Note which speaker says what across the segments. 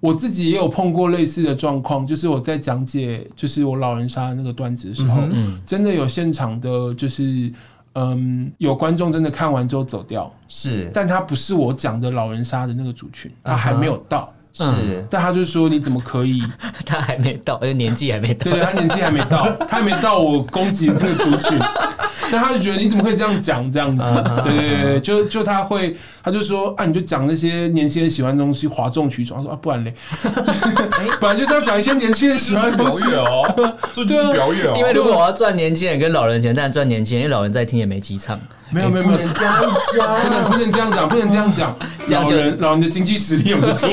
Speaker 1: 我自己也有碰过类似的状况，就是我在讲解就是我老人杀的那个段子的时候，
Speaker 2: 嗯，
Speaker 1: 真的有现场的，就是嗯，有观众真的看完之后走掉，
Speaker 3: 是
Speaker 1: 但他不是我讲的老人杀的那个族群，他还
Speaker 3: 嗯哼
Speaker 1: 没有到，
Speaker 3: 是，
Speaker 1: 但他就说你怎么可以？
Speaker 2: 他还没到，就年纪还没到，
Speaker 1: 对他年纪还没到，他还没到我攻击那个族群，但他就觉得你怎么可以这样讲这样子？对对对对，就就他会，他就说啊，你就讲那些年轻人喜欢的东西，哗众取宠。他说啊，不然嘞， 本来就是要讲一些年轻人喜欢的东
Speaker 4: 表
Speaker 1: 西。
Speaker 4: 演哦，这就是表演
Speaker 3: 啊
Speaker 2: 因为
Speaker 4: 哦。
Speaker 2: 如果我要赚年轻人跟老人钱，但赚年轻人，因为老人在听也没几场。
Speaker 1: 没有没有没有，
Speaker 3: 这样
Speaker 1: 不能
Speaker 3: 讲，
Speaker 1: 哎不能这样讲，不能这样讲。
Speaker 2: 这样
Speaker 1: 老
Speaker 2: 就
Speaker 1: 人老人的经济实力很不 错。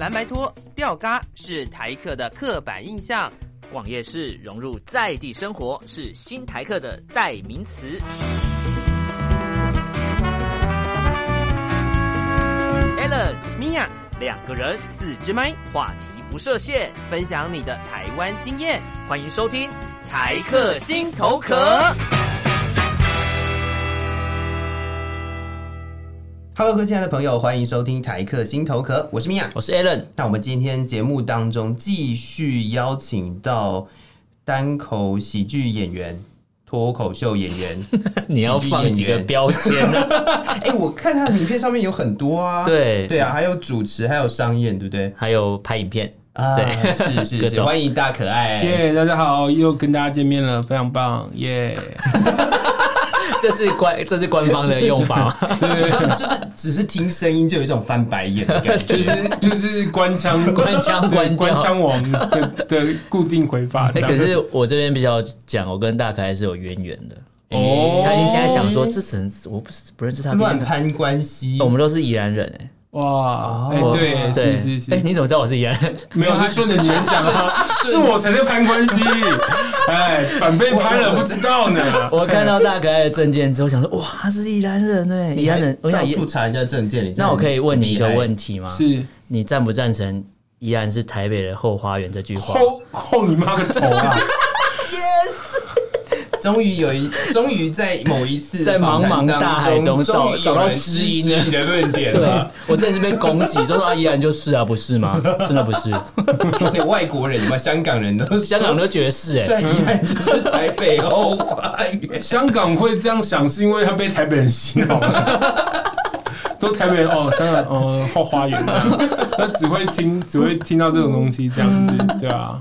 Speaker 5: 蓝白拖、吊嘎是台客的刻板印象。
Speaker 6: 网页是融入在地生活，是新台客的代名词。Allen
Speaker 5: 米娅，
Speaker 6: 两个人，
Speaker 5: 四支麦，
Speaker 6: 话题不设限，
Speaker 5: 分享你的台湾经验，
Speaker 6: 欢迎收听。
Speaker 5: 台客心头壳。
Speaker 3: Hello，各位亲爱的朋友，欢迎收听台客心头壳，我是米娅。
Speaker 2: 我是 Alan，
Speaker 3: 那我们今天节目当中继续邀请到单口喜剧演员、脱口秀演 员。
Speaker 2: 你要放几个标签呢、
Speaker 3: 哎、我看他的名片上面有很多啊，
Speaker 2: 对
Speaker 3: 对啊，还有主持，还有商演，对不对？
Speaker 2: 还有拍影片，
Speaker 3: 啊，
Speaker 2: 对
Speaker 3: 是 是
Speaker 2: 各
Speaker 3: 是，
Speaker 2: 种
Speaker 3: 欢迎大 可爱。
Speaker 1: 耶，大家好，又跟大家见面了，非常棒，耶！
Speaker 2: 这是官这是官方的用法 吗？
Speaker 3: 你知道 就是只是听声音就有一种翻白眼的感 觉，
Speaker 1: 就是就是官腔
Speaker 2: 官腔
Speaker 1: 对
Speaker 2: 官调
Speaker 1: 官腔王的的固定回法。这
Speaker 2: 哎、
Speaker 1: 样
Speaker 2: 可是我这边比较讲，我跟大可还是有渊源的。
Speaker 3: 哎
Speaker 1: 哦
Speaker 2: 他已经现在想说，这人我不是不认识他，
Speaker 3: 乱攀关系
Speaker 2: 哦我。们都是宜兰人哎、
Speaker 1: 哇，哎、
Speaker 3: 哦
Speaker 1: 对，
Speaker 2: 对，
Speaker 1: 是是是，
Speaker 2: 哎、你怎么知道我是宜兰人？
Speaker 1: 没有，就顺着你人讲啊， 是我才在攀关系，哎，反被攀了不知道呢。
Speaker 2: 我看到大可爱的证件之后，想说哇，他是宜兰人哎、宜
Speaker 3: 你
Speaker 2: 兰
Speaker 3: 还
Speaker 2: 人。我想
Speaker 3: 到
Speaker 2: 宜，
Speaker 3: 处查人家证件，你真的
Speaker 2: 那我可以问你一个
Speaker 3: 很厉害
Speaker 2: 问题吗？
Speaker 1: 是
Speaker 2: 你赞不赞成宜兰是台北的后花园这句话？
Speaker 1: 后后你妈个头啊！
Speaker 3: 终于有一， 终于在某一次
Speaker 2: 在
Speaker 3: 访谈
Speaker 2: 茫茫
Speaker 3: 当
Speaker 2: 大海中找
Speaker 3: 终于有
Speaker 2: 找到
Speaker 3: 人
Speaker 2: 知音
Speaker 3: 支
Speaker 2: 了
Speaker 3: 持你的论点
Speaker 2: 对
Speaker 3: 了。，
Speaker 2: 我真的是被攻击，说啊，宜兰就是啊，不是吗？ 真的不是，
Speaker 3: 连外国人、嘛，香港人都说
Speaker 2: 香港都觉得是哎、
Speaker 3: 对，宜兰就是台北后花园。
Speaker 1: 香港会这样想，是因为他被台北人洗脑了。 都台北人哦，香港呃后花园这样，他只会听只会听到这种东西这样子，对啊，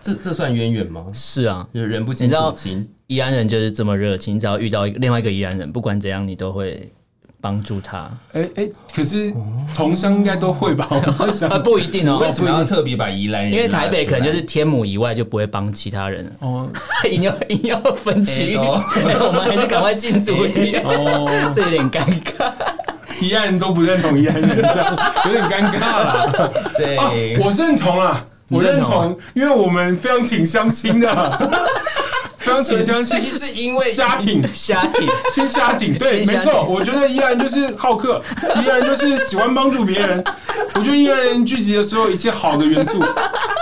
Speaker 3: 这这算渊源吗？
Speaker 2: 是啊，
Speaker 3: 就是人不
Speaker 2: 你
Speaker 3: 清
Speaker 2: 知道
Speaker 3: 楚情，
Speaker 2: 宜安人就是这么热情，只要遇到一个另外一个宜安人，不管怎样，你都会帮助 他。
Speaker 1: 哎、哎、可是同乡应该都会吧？我在想
Speaker 2: 啊，，不一定哦，
Speaker 3: 为什么要特别把宜兰人？
Speaker 2: 因为台北可能就是天母以外就不会帮其他 人了，
Speaker 1: 哦
Speaker 2: 硬要硬要分区域，
Speaker 3: 哎哦
Speaker 2: 哎我们还是赶快进主题，
Speaker 1: 哦，
Speaker 2: 这有点尴 尬。
Speaker 1: 宜安人都不认同 宜安人，这样有点尴尬啦。
Speaker 3: 对
Speaker 1: 啊，
Speaker 2: 哦
Speaker 1: 我认同啦，
Speaker 2: 你
Speaker 1: 我认
Speaker 2: 认同啊
Speaker 1: 同，因为我们非常挺相亲 的，啊非常挺相
Speaker 3: 其
Speaker 1: 亲，
Speaker 3: 实 是因为
Speaker 1: 瞎挺。
Speaker 2: 虾体
Speaker 1: 先瞎挺，对，
Speaker 2: 先瞎
Speaker 1: 没
Speaker 2: 挺
Speaker 1: 错，我觉得宜兰就是好 客，宜兰就是喜欢帮助别人。我觉得宜兰人聚集了所有一切好的元素，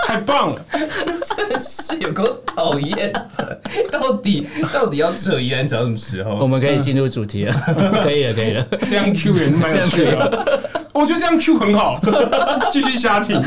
Speaker 1: 太棒了。
Speaker 3: 真是有够讨厌的，到底到底要扯宜兰扯到什么时
Speaker 2: 我
Speaker 3: 候？
Speaker 2: 们可以进入主题了， 可以了，可以了。
Speaker 1: 这样 Q 也蛮有趣的，我觉得这样 Q 很好，继续瞎挺。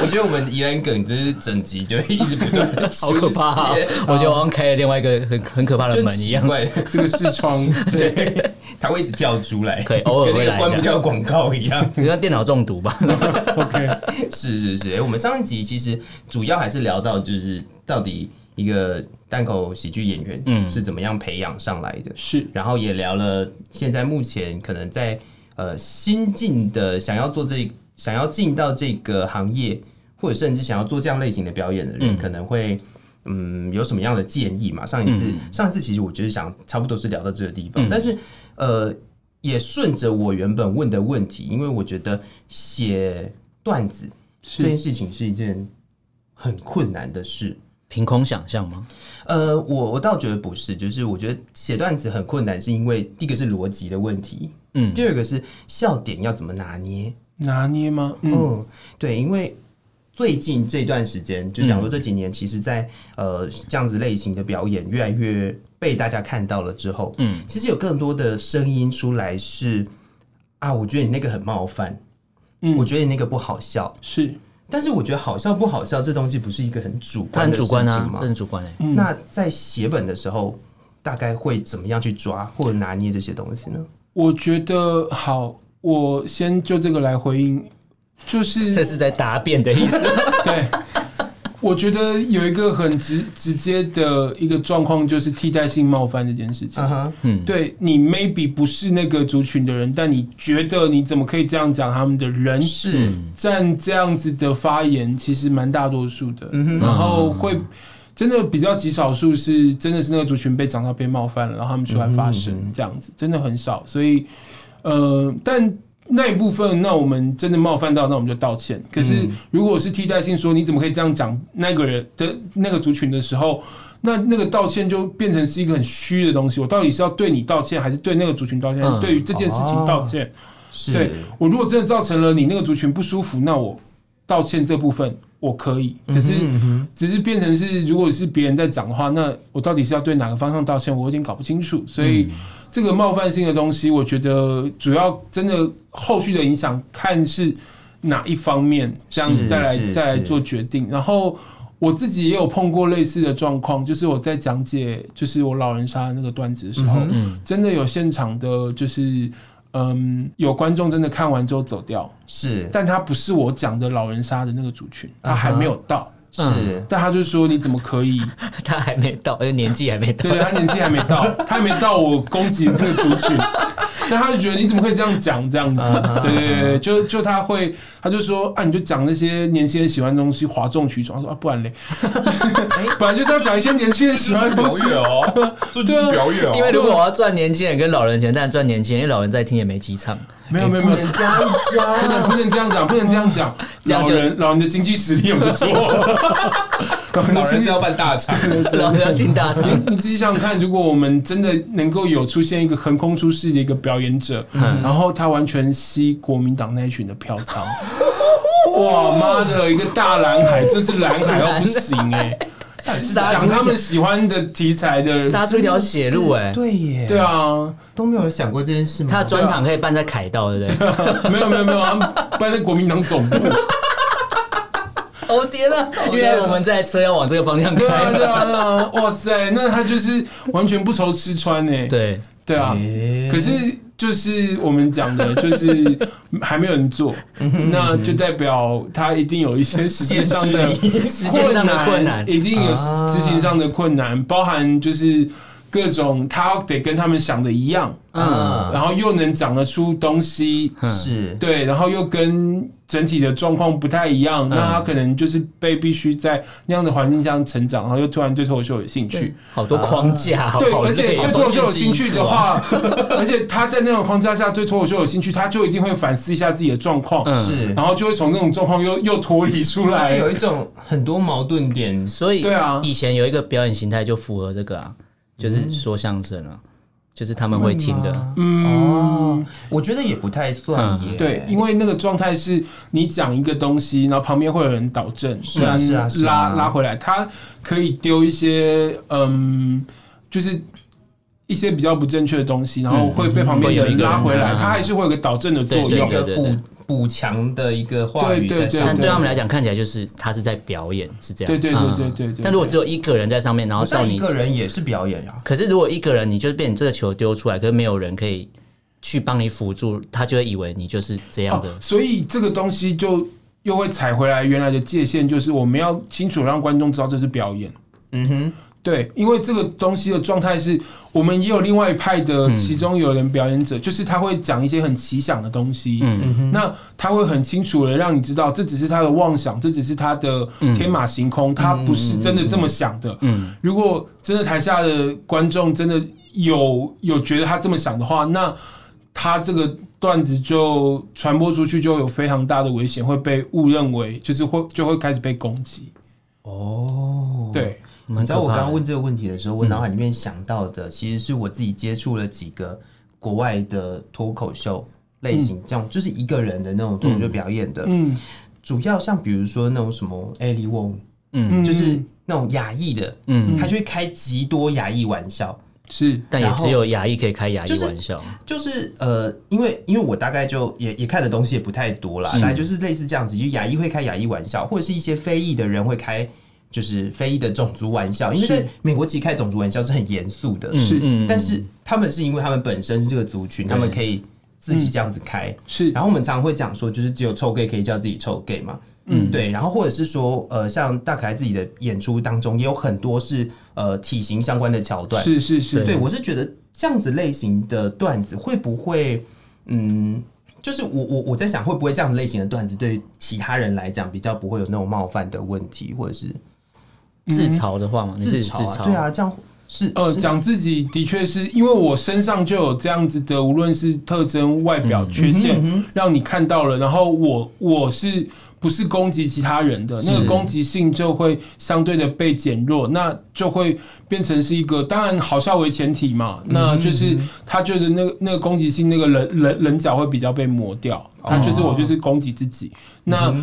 Speaker 3: 我觉得我们宜兰梗真是整集就一直不断的
Speaker 2: 好可怕、啊！我觉得我好像开了另外一个很很可怕的
Speaker 3: 就
Speaker 2: 门一样
Speaker 1: 哦
Speaker 3: 奇。怪，
Speaker 1: 这个视 窗，
Speaker 3: 对，它会一直跳出来，
Speaker 2: 可以偶尔
Speaker 3: 跟
Speaker 2: 会
Speaker 3: 那
Speaker 2: 来
Speaker 3: 个关
Speaker 2: 一下
Speaker 3: 不掉广告一样。
Speaker 2: 你像电脑中毒吧？
Speaker 1: OK，
Speaker 3: 是是哎是，诶我们上一集其实主要还是聊到就是到底一个单口喜剧演员嗯是怎么样培养上来的，
Speaker 1: 是
Speaker 3: 然后也聊了现在目前可能在呃新进的想要做这想要进到这个行业，或者甚至想要做这样类型的表演的人，可能会。嗯，有什么样的建议嘛？上一次，上一次其实我就是想，差不多是聊到这个地方，但是呃，也顺着我原本问的问题，因为我觉得写段子这件事情是一件很困难的事，
Speaker 2: 凭空想象吗？
Speaker 3: 呃，我我倒觉得不是，就是我觉得写段子很困难，是因为第一个是逻辑的问题，
Speaker 2: 嗯
Speaker 3: 第二个是笑点要怎么拿捏。
Speaker 1: 拿捏吗？
Speaker 3: 嗯，
Speaker 1: 嗯，
Speaker 3: 对，因为最近这段时间，就想说这几年，其实在，呃这样子类型的表演越来越被大家看到了之后，嗯，其实有更多的声音出来是啊，我觉得你那个很冒犯，
Speaker 1: 嗯
Speaker 3: 我觉得你那个不好笑。
Speaker 1: 是
Speaker 3: 但是我觉得好笑不好笑这东西不是一个很主
Speaker 2: 他
Speaker 3: 观
Speaker 2: 很
Speaker 3: 的事情
Speaker 2: 主观啊，
Speaker 3: 吗
Speaker 2: 这？很主观哎、
Speaker 1: 嗯
Speaker 3: 那在写本的时候，大概会怎么样去抓或者拿捏这些东西呢？
Speaker 1: 我觉得好，我先就这个来回应，就是
Speaker 2: 这是在答辩的意思。
Speaker 1: 对，我觉得有一个很直直接的一个状况，就是替代性冒犯这件事情。
Speaker 3: 嗯哼，
Speaker 1: 对你 maybe 不是那个族群的人，但你觉得你怎么可以这样讲他们的人，
Speaker 3: 是
Speaker 1: 占这样子的发言其实蛮大多数的，然后会真的比较极少数是真的是那个族群被讲到被冒犯了，然后他们出来发声这样子，真的很少。所以，呃，但那一部分，那我们真的冒犯到，那我们就道歉。可是如果是替代性说你怎么可以这样讲那个人的那个族群的时候，那那个道歉就变成是一个很虚的东西。我到底是要对你道歉，还是对那个族群道歉，还是
Speaker 2: 嗯
Speaker 1: 对于这件事情道歉？
Speaker 3: 是，
Speaker 1: 对我如果真的造成了你那个族群不舒服，那我道歉这部分我可以，只是、只是变成是如果是别人在讲的话，那我到底是要对哪个方向道歉，我有点搞不清楚。所以、这个冒犯性的东西，我觉得主要真的后续的影响看是哪一方面，这样子
Speaker 3: 是
Speaker 1: 再来
Speaker 3: 是
Speaker 1: 再来
Speaker 3: 是
Speaker 1: 做决定。然后。我自己也有碰过类似的状况，就是我在讲解就是我老人杀的那个段子的时候，
Speaker 3: 嗯
Speaker 1: 真的有现场的，就是嗯，有观众真的看完之后走掉，
Speaker 3: 是
Speaker 1: 但他不是我讲的老人杀的那个族群，他
Speaker 3: 啊哈
Speaker 1: 还没有到，
Speaker 3: 是
Speaker 1: 但他就说你怎么可以？
Speaker 2: 他还没到，而且年纪还没到
Speaker 1: 对，他年纪还没到，他还没到我攻击那个族群。但他就觉得你怎么可以这样讲这样子？对对对，就就他会，他就说啊，你就讲那些年轻人喜欢的东西，哗众取宠。他说啊，不然嘞， 本来就是要讲一些年轻人喜欢的东
Speaker 4: 表
Speaker 1: 西。
Speaker 4: 演哦，这就是表演
Speaker 2: 因
Speaker 1: 啊
Speaker 4: 哦。
Speaker 2: 为如果我要赚年轻人跟老人钱，但赚年轻人，因为老人在听也没几场，
Speaker 1: 没
Speaker 3: 哎
Speaker 1: 有没有没有，
Speaker 3: 人家一
Speaker 1: 哎不能
Speaker 3: 家
Speaker 1: 不能这样讲，不能这样讲。
Speaker 2: 这样
Speaker 1: 老
Speaker 2: 就
Speaker 1: 人老人的经济实力很不 错，老人的
Speaker 3: 老
Speaker 1: 经
Speaker 3: 人
Speaker 1: 济
Speaker 3: 是要办 大场，
Speaker 2: 老人要听大场。
Speaker 1: 你自己想想看，如果我们真的能够有出现一个横空出世的一个表演者，然后他完全吸国民党那一群的票仓，哇妈的，一个大蓝海，真是蓝海到不行哎、
Speaker 2: 杀出
Speaker 1: 讲他们喜欢的题材的，
Speaker 2: 杀出一条血路哎、
Speaker 3: 对耶，
Speaker 1: 对，啊，
Speaker 3: 都没有人想过这件事吗？
Speaker 2: 他专场可以办在凯道，对不对？
Speaker 1: 没有没有没有，他们搬在国民党总部，
Speaker 2: 哦天啊！原来我们在车要往这个方向
Speaker 1: 对啊对
Speaker 2: 开。
Speaker 1: 啊对啊，哇塞，那他就是完全不愁吃穿哎、
Speaker 2: 对，
Speaker 1: 对啊，
Speaker 3: 诶
Speaker 1: 可是就是我们讲的，就是还没有人做，那就代表他一定有一些实际上的
Speaker 2: 实践上的困难
Speaker 1: 一定有执行上的困难，包含就是各种他得跟他们想的一样，
Speaker 3: 嗯
Speaker 1: 然后又能讲得出东西，
Speaker 3: 是
Speaker 1: 对，然后又跟整体的状况不太一样，那他可能就是被必须在那样的环境下成长，然后又突然对脱口秀有兴趣，
Speaker 2: 好多框架，好
Speaker 1: 对，
Speaker 2: 好
Speaker 1: 而且
Speaker 2: 累
Speaker 1: 对
Speaker 2: 哦
Speaker 1: 脱口秀有兴趣的话， 而且他在那种框架下对脱口秀有兴趣，他就一定会反思一下自己的状况，
Speaker 2: 嗯
Speaker 3: 是，
Speaker 1: 然后就会从这种状况又又脱离出
Speaker 3: 他
Speaker 1: 来。
Speaker 3: 有一种很多矛盾点，
Speaker 2: 所以
Speaker 1: 对啊
Speaker 2: 以前有一个表演形态就符合这个啊，就是说相声啊，就是他们会听的，
Speaker 1: 嗯
Speaker 3: 哦，，我觉得也不太算耶，
Speaker 1: 对，因为那个状态是你讲一个东西，然后旁边会有人导正，
Speaker 3: 是啊
Speaker 1: 跟
Speaker 3: 是啊是啊
Speaker 1: 拉拉回来，他可以丢一些嗯，就是。一些比较不正确的东西，然后会被旁边的
Speaker 2: 嗯会有
Speaker 1: 人
Speaker 2: 一个人
Speaker 1: 拉回来，
Speaker 2: 啊
Speaker 1: 他还是会有个导正的作
Speaker 2: 对
Speaker 3: 有
Speaker 1: 用
Speaker 3: 一。个
Speaker 2: 对对
Speaker 3: 补补强的一个话语
Speaker 1: 对对
Speaker 3: 在
Speaker 1: 对
Speaker 3: 上
Speaker 2: 但
Speaker 3: 面。
Speaker 2: 对他们来讲看起来就是他是在表演，是这样。
Speaker 1: 对对
Speaker 2: 嗯
Speaker 1: 对对对对。
Speaker 2: 但如果只有一个人在上面，然后
Speaker 3: 好
Speaker 2: 照
Speaker 3: 像一
Speaker 2: 你
Speaker 3: 个人也是表演啊，
Speaker 2: 可是如果一个人，你就变成这个球丢出来，可是没有人可以去帮你辅助，他就会以为你就是这样的。
Speaker 1: 哦。所以这个东西就又会踩回来原来的界限，就是我们要清楚让观众知道这是表演。
Speaker 3: 嗯哼，
Speaker 1: 对，因为这个东西的状态是，我们也有另外一派的，其中有人表演者，就是他会讲一些很奇想的东西，嗯，那他会很清楚的让你知道，这只是他的妄想，这只是他的天马行空，他不是真的这么想的。嗯，如果真的台下的观众真的有有觉得他这么想的话，那他这个段子就传播出去，就有非常大的危险，会被误认为就是会就会开始被攻击。
Speaker 3: 哦，
Speaker 1: 对，
Speaker 2: 蛮
Speaker 3: 你知道
Speaker 2: 可
Speaker 3: 我
Speaker 2: 怕
Speaker 3: 刚
Speaker 2: 的
Speaker 3: 刚问这个问题的时候，我脑海里面想到的其实是我自己接触了几个国外的脱口秀类型，这样就是一个人的那种脱口秀表演的，
Speaker 1: 嗯
Speaker 3: 主要像比如说那种什么 Ellie Wong，
Speaker 1: 嗯，
Speaker 3: 就是那种亚裔的，
Speaker 2: 嗯
Speaker 3: 他就会开极多亚裔玩笑，
Speaker 1: 是
Speaker 2: 但也
Speaker 3: 然后
Speaker 2: 只有牙医可以开牙
Speaker 3: 就
Speaker 2: 医
Speaker 3: 是
Speaker 2: 玩笑。
Speaker 3: 就是呃，因为因为我大概就也也看的东西也不太多啦，大概就是类似这样子，就牙医会开牙医玩笑，或者是一些非裔的人会开就是非裔的种族玩笑，因为在美国其实开种族玩笑是很严肃的，
Speaker 1: 是
Speaker 2: 嗯
Speaker 3: 但是他们是因为他们本身是这个族群，他们可以自己这样子开。
Speaker 1: 是
Speaker 3: 然后我们常常会讲说，就是只有臭 gay 可以叫自己臭 gay 嘛，嗯，对。然后或者是说，呃，像大可爱自己的演出当中，也有很多是呃体型相关的桥段，
Speaker 1: 是是是，
Speaker 3: 对，我是觉得这样子类型的段子会不会，嗯，就是我我我在想，会不会这样子类型的段子对其他人来讲比较不会有那种冒犯的问题，或者是
Speaker 2: 自嘲的话嘛，你是自
Speaker 3: 嘲啊？
Speaker 2: 嘲，
Speaker 3: 对啊，这样是
Speaker 1: 呃，
Speaker 3: 是
Speaker 1: 讲自己的确是因为我身上就有这样子的，无论是特征、外表、
Speaker 3: 嗯
Speaker 1: 缺陷，让你看到了，然后我我是不是攻击其他人的那个攻击性就会相对的被减弱，那就会变成是一个当然好笑为前提
Speaker 3: 嗯
Speaker 1: 嘛，那就是他觉得那个那个攻击性那个棱棱棱角会比较被磨掉，
Speaker 3: 哦
Speaker 1: 他就是我就是攻击自己，
Speaker 3: 嗯
Speaker 1: 那。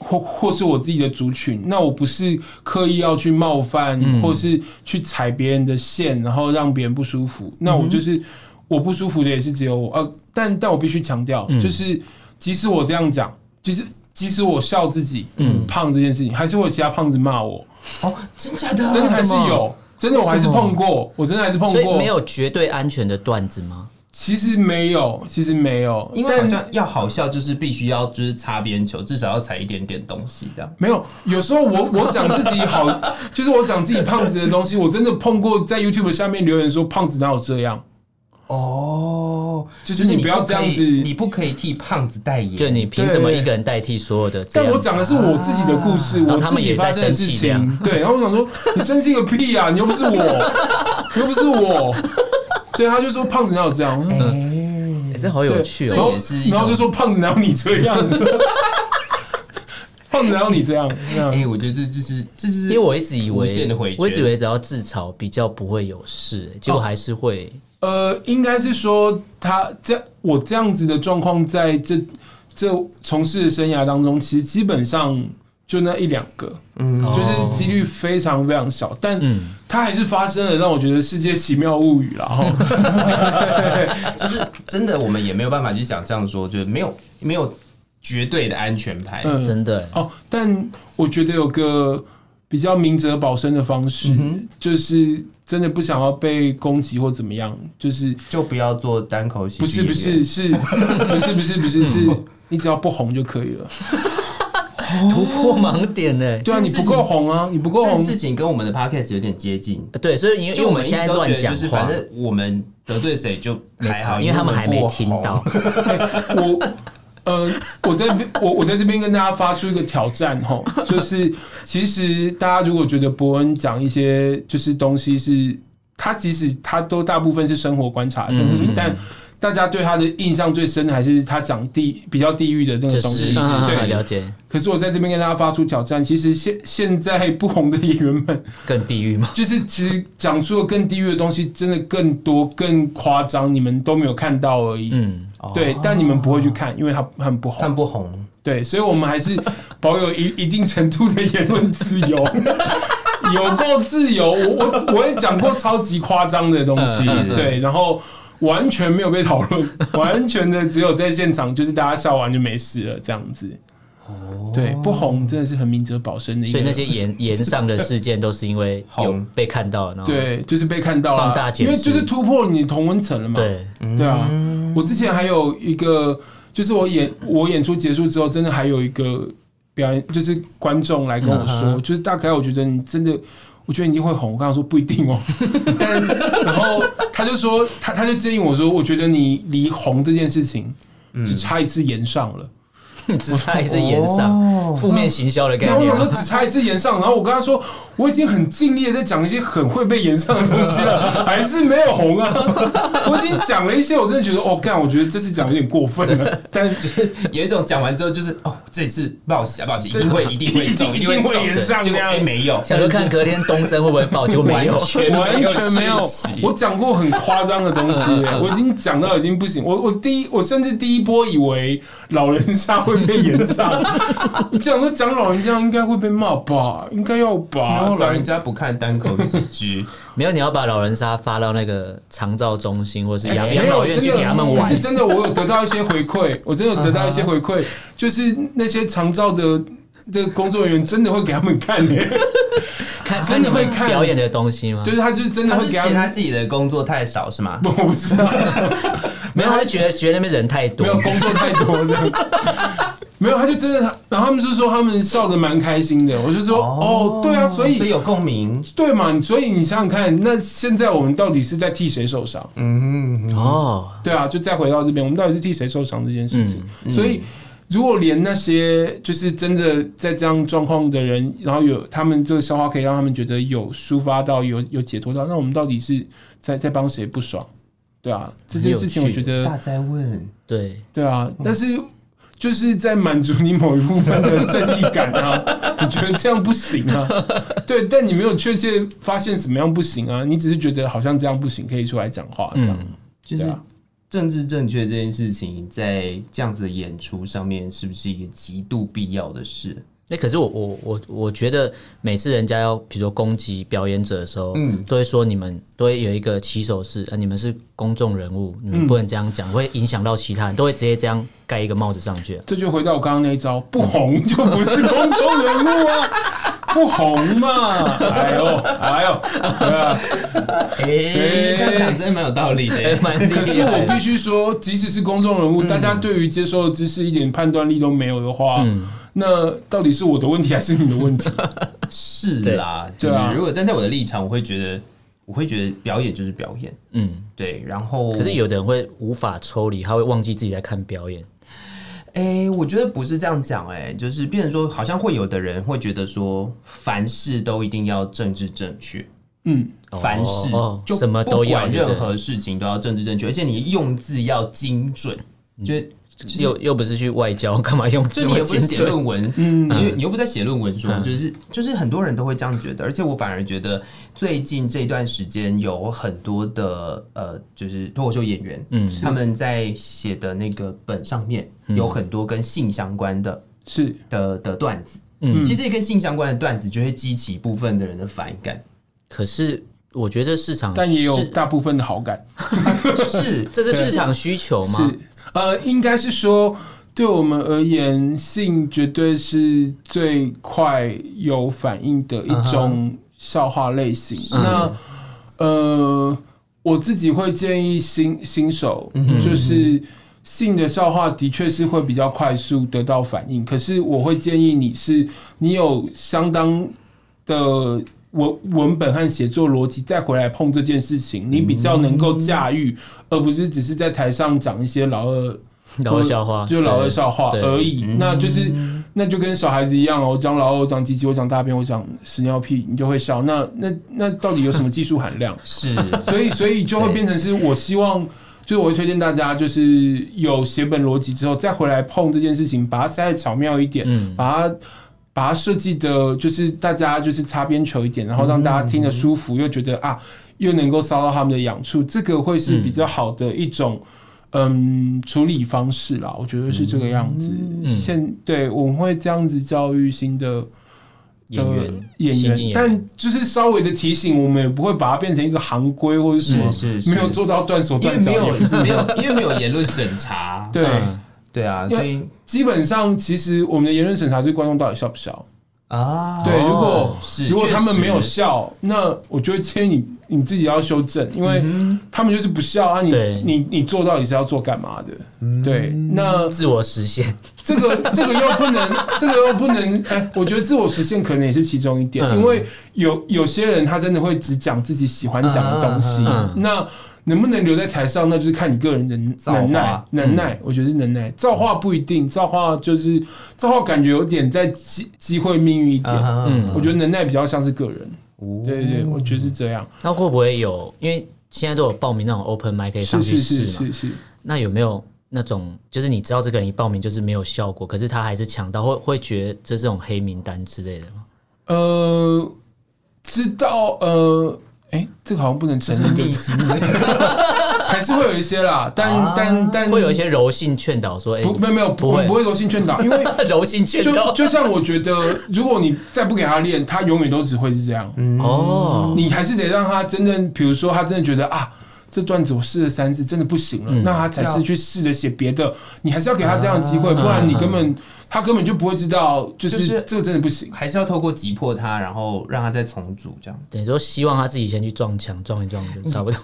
Speaker 1: 或或是我自己的族群，那我不是刻意要去冒犯，或是去踩别人的线，然后让别人不舒服。那我就是、我不舒服的也是只有我，呃，但但我必须强调，就是即使我这样讲，就是即使我笑自己，嗯，胖这件事情，还是会有其他胖子骂我，
Speaker 3: 哦，真假的，
Speaker 1: 真的还是有，真的我还是碰过，我真的还是碰
Speaker 2: 所以
Speaker 1: 过，
Speaker 2: 没，有绝对安全的段子吗？
Speaker 1: 其实没有，其实没有，
Speaker 3: 因为
Speaker 1: 但
Speaker 3: 好像要好笑，就是必须要就是擦边球，至少要踩一点点东西这样。
Speaker 1: 没有，有时候我我讲自己 好，就是我讲自己胖子的东西，我真的碰过在 YouTube 下面留言说胖子哪有这样，
Speaker 3: 哦，
Speaker 1: 就是你不要这样子
Speaker 3: 你不可以你不可以替胖子代言，
Speaker 2: 就你凭什么一个人代替所有的这
Speaker 1: 但
Speaker 2: 样？
Speaker 1: 我讲的是我自己的故事，
Speaker 2: 啊然
Speaker 1: 我
Speaker 2: 后他
Speaker 1: 自
Speaker 2: 们
Speaker 1: 己
Speaker 2: 也
Speaker 1: 发
Speaker 2: 在
Speaker 1: 生的
Speaker 2: 生
Speaker 1: 事
Speaker 2: 气这样
Speaker 1: 情。对，然后我想说，你生气个屁啊！你又不是我， 你又不是我。对，他就说胖子哪有这样，我说
Speaker 2: 哎这好有
Speaker 1: 对，
Speaker 2: 趣
Speaker 1: 然
Speaker 2: 哦
Speaker 1: 后
Speaker 3: 这也是一种
Speaker 1: 然后就说胖子哪有你这 样，胖子哪有你这样，这样
Speaker 3: 哎、我觉得这就是这就是
Speaker 2: 因为我一直以
Speaker 3: 无限的回
Speaker 2: 为，
Speaker 3: 圈哦
Speaker 2: 我一直以为只要自嘲比较不会有事，哎结果还是会。
Speaker 1: 呃，应该是说他这我这样子的状况，在这这从事的生涯当中，其实基本上就那一两个，嗯，就是几率非常非常小，但它还是发生了，让我觉得世界奇妙物语啦。哦哈，
Speaker 3: 就是真的，我们也没有办法去想象说，就是没有没有绝对的安全牌。
Speaker 1: 嗯
Speaker 2: 真的欸，
Speaker 1: 哦，但我觉得有个比较明哲保身的方
Speaker 3: 嗯
Speaker 1: 式，就是真的不想要被攻击或怎么样，就是
Speaker 3: 就不要做单口喜
Speaker 1: 不
Speaker 3: 剧
Speaker 1: 是
Speaker 3: 演员。
Speaker 1: 不是是不是不是不是是，你只要不红就可以了。
Speaker 3: 哦
Speaker 2: 突破盲点呢。哎
Speaker 1: 对啊，你
Speaker 3: 件事
Speaker 1: 不
Speaker 3: 情
Speaker 1: 够红啊，你不够
Speaker 3: 这件
Speaker 1: 红
Speaker 3: 事情跟我们的 podcast 有点接近，
Speaker 2: 呃对，所以因为因为我们
Speaker 3: 一
Speaker 2: 现在
Speaker 3: 直都
Speaker 2: 乱
Speaker 3: 觉得
Speaker 2: 讲
Speaker 3: 就是
Speaker 2: 话
Speaker 3: 反，正我们得罪谁就
Speaker 2: 没
Speaker 3: 还好，
Speaker 2: 错，因为他们还没
Speaker 3: 不
Speaker 2: 听
Speaker 3: 红
Speaker 2: 到。。
Speaker 1: 我呃，我在我我在这边跟大家发出一个挑战吼，就是其实大家如果觉得伯恩讲一些就是东西是，他即使他都大部分是生活观察的东西，
Speaker 2: 嗯
Speaker 1: 但大家对他的印象最深的还是他讲地比较地域的那
Speaker 2: 就
Speaker 1: 个东
Speaker 2: 是
Speaker 1: 西。
Speaker 2: 啊
Speaker 3: 对
Speaker 2: 了解
Speaker 1: 可是我在这边跟大家发出挑战，其实现现在不红的演员们，
Speaker 2: 更地狱吗？
Speaker 1: 就是其实讲出了更地域的东西，真的更多、更夸张，你们都没有看到而已。
Speaker 2: 嗯，
Speaker 1: 对，但你们不会去看，因为它很不
Speaker 3: 但
Speaker 1: 红。
Speaker 3: 不红，
Speaker 1: 对，所以我们还是保有一 一定程度的言论自由，有够自由。我我我也讲过超级夸张的东西，
Speaker 3: 嗯嗯嗯
Speaker 1: 对，然后完全没有被讨论，完全的只有在现场，就是大家笑完就没事了这样子。对，不红真的是很明哲保身的一个，
Speaker 2: 所以那些言言上的事件都是 因为有
Speaker 3: 红
Speaker 2: 被看到，然后
Speaker 1: 对，就是被看到了，啊
Speaker 2: 放大解
Speaker 1: 因为
Speaker 2: 释
Speaker 1: 就是突破你同温层了嘛。
Speaker 2: 对，
Speaker 3: 嗯
Speaker 1: 对啊，我之前还有一个，就是我演我演出结束之后，真的还有一个表演，就是观众来跟我说，就是大概我觉得你真的，我觉得你一定会红。我跟他说不一定哦，但然后他就说他他就建议我说，我觉得你离红这件事情只差一次延上了。
Speaker 2: 只差一次言
Speaker 3: 哦
Speaker 2: 上负面行销的概
Speaker 1: 然后我
Speaker 2: 念
Speaker 1: 想说
Speaker 2: 吗。
Speaker 1: 只差一次延上，然后我跟他说我已经很尽力的在讲一些很会被延上的东西 了，还是没有红啊。我已经讲了一些，我真的觉得哦，干，我觉得这次讲有点过分了， 但
Speaker 3: 有一种讲完之后就是哦，这次不好意思啊，不好意思，一定 会一定会中，
Speaker 1: 一定会
Speaker 3: 中
Speaker 1: 延上
Speaker 3: 结果
Speaker 1: 这样
Speaker 3: 哎没有，
Speaker 2: 想说看隔天东升会不会爆，结果没有
Speaker 3: 完。全
Speaker 1: 完全没有
Speaker 3: 信息。
Speaker 1: 我讲过很夸张的东西耶，我已经讲到已经不行。我我第一，我甚至第一波以为老人家会被延上， 我想说讲老人家应该会被骂吧，应该要
Speaker 3: 然
Speaker 1: 吧
Speaker 3: 后，老人家不看单口喜剧，
Speaker 2: 没有，你要把老人沙发到那个长照中心或是
Speaker 1: 哎
Speaker 2: 养
Speaker 1: 没
Speaker 2: 养
Speaker 1: 有
Speaker 2: 老院去给他
Speaker 1: 真的
Speaker 2: 们
Speaker 1: 可
Speaker 2: 玩
Speaker 1: 是。真的，我有得到一些回馈，我真的有得到一些回馈，就是那些长照的。的工作人员真的会给他们看、耶，
Speaker 2: 看
Speaker 1: 真的会看
Speaker 2: 表演的东西吗？
Speaker 1: 就是 他就是真的
Speaker 3: 他
Speaker 1: 会
Speaker 3: 是
Speaker 1: 给他
Speaker 3: 嫌
Speaker 1: 们，
Speaker 3: 他自己的工作太少是吗？
Speaker 1: 我不知道，
Speaker 2: 没有，他就觉得觉得那边人太多
Speaker 1: 没，有工作太多的，没有，他就真的，然后他们就说他们笑的蛮开心的，我就说哦，对啊，所以
Speaker 3: 所以有共鸣，
Speaker 1: 对嘛，你所以你想想看，那现在我们到底是在替谁受伤？
Speaker 3: 嗯，
Speaker 2: 哦，
Speaker 1: 对啊，就再回到这边，我们到底是替谁受伤这件事情？所以，如果连那些就是真的在这样状况的人，然后有他们这个消化可以让他们觉得有抒发到，有有解脱到，那我们到底是在在帮谁不爽？对啊，这件事情我觉
Speaker 3: 大
Speaker 1: 得，
Speaker 3: 在问，
Speaker 2: 对，
Speaker 1: 对啊，但是就是在满足你某一部分的正义感啊，你觉得这样不行啊？对，但你没有确切发现怎么样不行啊，你只是觉得好像这样不行，可以出来讲话这样。
Speaker 2: 嗯，
Speaker 3: 就是
Speaker 1: 对啊
Speaker 3: 政治正确这件事情，在这样子的演出上面，是不是一个极度必要的事？
Speaker 2: 那、可是我我我我觉得每次人家要比如说攻击表演者的时候，
Speaker 3: 嗯
Speaker 2: 都会说你们都会有一个起手式，啊，你们是公众人物，你们不
Speaker 1: 嗯
Speaker 2: 能这样讲，会影响到其他人，都会直接这样盖一个帽子上 去。
Speaker 1: 这就回到我刚刚那一招，不红就不是公众人物啊，不红嘛，哎呦哎呦，对啊。
Speaker 3: 哎、这样讲真的蛮有道理的、
Speaker 2: 哎、蛮厉
Speaker 1: 可是
Speaker 2: 害嗯
Speaker 1: 我
Speaker 2: 的。
Speaker 1: 必须说，即使是公众人物，大家对于接受的知识一点判断力都没有的话，
Speaker 2: 嗯
Speaker 1: 那到底是我的问题还是你的问题？
Speaker 3: 是啦，
Speaker 1: 对
Speaker 3: 就
Speaker 1: 对啊
Speaker 3: 是如果站在我的立场，我会觉得，我会觉得表演就是表演，
Speaker 2: 嗯，
Speaker 3: 对。然后，
Speaker 2: 可是有的人会无法抽离，他会忘记自己在看表演。
Speaker 3: 哎、我觉得不是这样讲，哎，就是变成说，好像会有的人会觉得说，凡事都一定要政治正确，
Speaker 1: 嗯，
Speaker 2: 哦
Speaker 3: 凡事、
Speaker 2: 哦
Speaker 3: 就
Speaker 2: 什么都要
Speaker 3: 不管任何事情都要政治正确，而且你用字要精准，就是
Speaker 2: 又又不是去外交， 干嘛用
Speaker 3: 就嗯
Speaker 2: 智
Speaker 3: 你
Speaker 2: 慧
Speaker 3: 又不
Speaker 2: 精
Speaker 3: 是写
Speaker 2: 准？
Speaker 3: 论文，嗯，你又你又不在写论文说，就是就是很多人都会这样觉得，而且我反而觉得最近这段时间有很多的呃，就是脱口秀演员，嗯，他们在写的那个本上面有很多跟性相关的
Speaker 1: 是
Speaker 3: 的的段子，嗯，其实跟性相关的段子就会激起部分的人的反感，
Speaker 2: 可是我觉得这市场是，
Speaker 1: 但也有大啊部分的好感。
Speaker 3: 是
Speaker 2: 这是市场需求吗
Speaker 1: 是？呃，应该是说，对我们而言，性绝对是最快有反应的一种笑话类型。那呃，我自己会建议新新手，就是性的笑话的确是会比较快速得到反应，可是我会建议你是你有相当的。文文本和写作逻辑再回来碰这件事情，你比较能够驾驭，而不是只是在台上讲一些老二
Speaker 2: 老二笑话，
Speaker 1: 就老二
Speaker 2: 对
Speaker 1: 笑话
Speaker 2: 对
Speaker 1: 而已。那就是那就跟小孩子一样哦，我讲老二，我讲鸡鸡，我讲大便，我讲屎尿屁，你就会笑。那那那到底有什么技术含量？
Speaker 3: 是，
Speaker 1: 所以所以就会变成是我希望，就是我会推荐大家，就是有写本逻辑之后，再回来碰这件事情，把它塞得巧妙一点，把它。把它设计的，就是大家就是擦边球一点，然后让大家听得舒服，又觉得啊，又能够骚到他们的痒处，这个会是比较好的一种嗯处理方式啦。我觉得是这个样子。现对我们会这样子教育新的
Speaker 2: 演
Speaker 1: 的
Speaker 2: 员
Speaker 1: 呃演
Speaker 2: 新进
Speaker 1: 员，
Speaker 2: 演员
Speaker 1: 但就是稍微的提醒，我们也不会把它变成一个行规或者什么，
Speaker 3: 是是是
Speaker 1: 没有做到断手
Speaker 3: 因为
Speaker 1: 断脚
Speaker 3: 没有
Speaker 1: 也不是。
Speaker 3: 没有因为没有言论审查，
Speaker 1: 对，
Speaker 2: 嗯
Speaker 3: 对啊，
Speaker 1: 因为
Speaker 3: 所以
Speaker 1: 基本上其实我们的言论审查是观众到底笑不笑。
Speaker 3: 啊，
Speaker 1: 对，如果
Speaker 3: 是
Speaker 1: 如果他们没有
Speaker 3: 确实
Speaker 1: 笑，那我就会建议你你自己要修正，因为
Speaker 3: 嗯
Speaker 1: 他们就是不笑啊你，
Speaker 2: 对
Speaker 1: 你你做到底是要做干嘛的？
Speaker 3: 嗯
Speaker 1: 对，那
Speaker 2: 自我实 现，
Speaker 1: 这个 这个又不能，这个又不能，哎、我觉得自我实现可能也是其中一点，
Speaker 2: 嗯
Speaker 1: 因为有有些人他真的会只讲自己喜欢讲的东西，
Speaker 2: 嗯嗯
Speaker 1: 那能不能留在台上，那就是看你个人能
Speaker 3: 造化
Speaker 1: 能耐
Speaker 2: 嗯
Speaker 1: 能耐，我觉得是能耐，造化不一定，造化就是造化，感觉有点在机机会命运一点，
Speaker 3: 啊
Speaker 2: 嗯
Speaker 1: 我觉得能耐比较像是个人，
Speaker 3: 哦
Speaker 1: 对对对，我觉得是这样，
Speaker 2: 那会不会有？因为现在都有报名那种 open mic 可以上
Speaker 1: 是
Speaker 2: 去
Speaker 1: 是
Speaker 2: 试
Speaker 1: 是
Speaker 2: 嘛，
Speaker 1: 是是，
Speaker 2: 那有没有那种就是你知道这个人一报名就是没有效果，可是他还是抢到，会会觉得这是种黑名单之类的吗？
Speaker 1: 呃， 知道呃，哎、这个好像不能承认，对不对
Speaker 3: 逆行为
Speaker 1: 还是会有一些啦，但但但
Speaker 2: 会有一些柔性劝导说，哎、
Speaker 1: 嗯不没有没有
Speaker 2: 不
Speaker 1: 不
Speaker 2: 会
Speaker 1: 不会柔性劝导，因为
Speaker 2: 柔性劝
Speaker 1: 就
Speaker 2: 导
Speaker 1: 就像我觉得，如果你再不给他练，他永远都只会是这样。
Speaker 2: 哦，
Speaker 1: 你还是得让他真正，比如说他真的觉得啊。这段子我试了三次，真的不行
Speaker 2: 嗯
Speaker 1: 了，那他才是去试着写别的。你还是要给他这样的机会，不然你根本他根本就不会知道，啊就
Speaker 3: 就是是
Speaker 1: 这个真的不 行。
Speaker 3: 还是要透过击破他，然后让他再重组这 样。
Speaker 2: 等于说希望他自己先去撞墙，撞一撞就差 不多。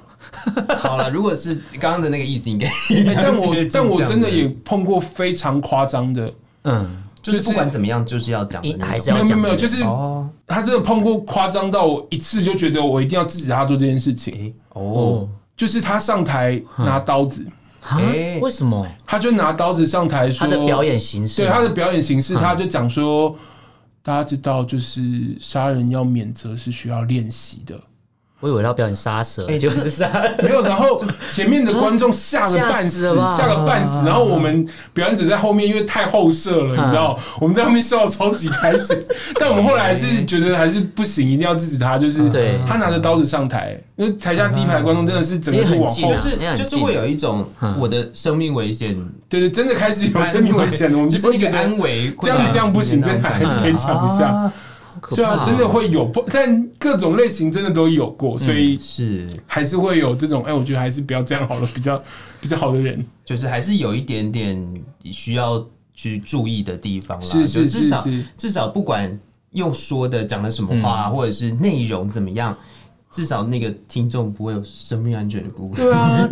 Speaker 3: 好了，如果是刚刚的那个意思， 应该、
Speaker 1: 哎但我但我真的也碰过非常夸张的，
Speaker 2: 嗯，
Speaker 3: 就是
Speaker 1: 就是
Speaker 3: 不管怎么样，就是要讲的
Speaker 2: 一
Speaker 3: 那
Speaker 2: 还
Speaker 3: 种
Speaker 2: 是
Speaker 1: 没有没
Speaker 2: 要
Speaker 1: 有
Speaker 2: 讲
Speaker 1: 没有，
Speaker 2: 这个
Speaker 1: 就是
Speaker 3: 哦
Speaker 1: 他真的碰过夸张到我一次就觉得我一定要制止他做这件事情。
Speaker 3: 哦
Speaker 2: 哦，
Speaker 1: 就是他上台拿刀子，
Speaker 2: 啊
Speaker 3: 哎
Speaker 2: 为什么
Speaker 1: 他就拿刀子上台说
Speaker 2: 他的表演嗯形式？
Speaker 1: 对他的表演形式，他就讲说，大家知道，就是杀人要免责是需要练习的。
Speaker 2: 我以为他表演杀蛇，
Speaker 3: 哎
Speaker 2: 就是杀
Speaker 1: 没有，然 后前面的观众吓得半死，
Speaker 2: 嗯吓死了吧嗯
Speaker 1: 吓得半死。然后我们表演者在后面，因为太后设了，你知道，我们在后面笑得超级开 心。但我们后来还是觉得还是不行，一定要制止他。就是
Speaker 2: 嗯对
Speaker 1: 他拿着刀子上台，因为台下第一排观众真的是整个是往
Speaker 2: 因
Speaker 1: 后
Speaker 2: 为
Speaker 3: 就
Speaker 2: 很，近啊
Speaker 3: 是
Speaker 2: 那很
Speaker 3: 就是
Speaker 2: 近
Speaker 3: 会有一种
Speaker 2: 嗯
Speaker 3: 我的生命危险，
Speaker 1: 对对，真的开始有生命危险了。我们
Speaker 3: 就
Speaker 1: 就是会
Speaker 3: 一
Speaker 1: 觉
Speaker 3: 个
Speaker 1: 得
Speaker 3: 安危
Speaker 1: 这
Speaker 3: 会
Speaker 1: 样
Speaker 3: 来袭
Speaker 1: 这
Speaker 3: 的那种感觉，
Speaker 1: 样不行，这样还是得讲一下。
Speaker 2: 可
Speaker 1: 对
Speaker 2: 怕
Speaker 1: 啊，
Speaker 2: 哦
Speaker 1: 真的会有，不但各种类型真的都有过，所以
Speaker 3: 是
Speaker 1: 还是会有这种。哎、我觉得还是不要这样好了，比较比较好的人。
Speaker 3: 就是还是有一点点需要去注意的地方啦。
Speaker 1: 是是
Speaker 3: 啊就至少
Speaker 1: 是嗯是
Speaker 3: 至少不管用说的讲了什么话，啊或者是内容怎么样，至少那个听众不会有生命安全的顾虑。
Speaker 1: 对啊，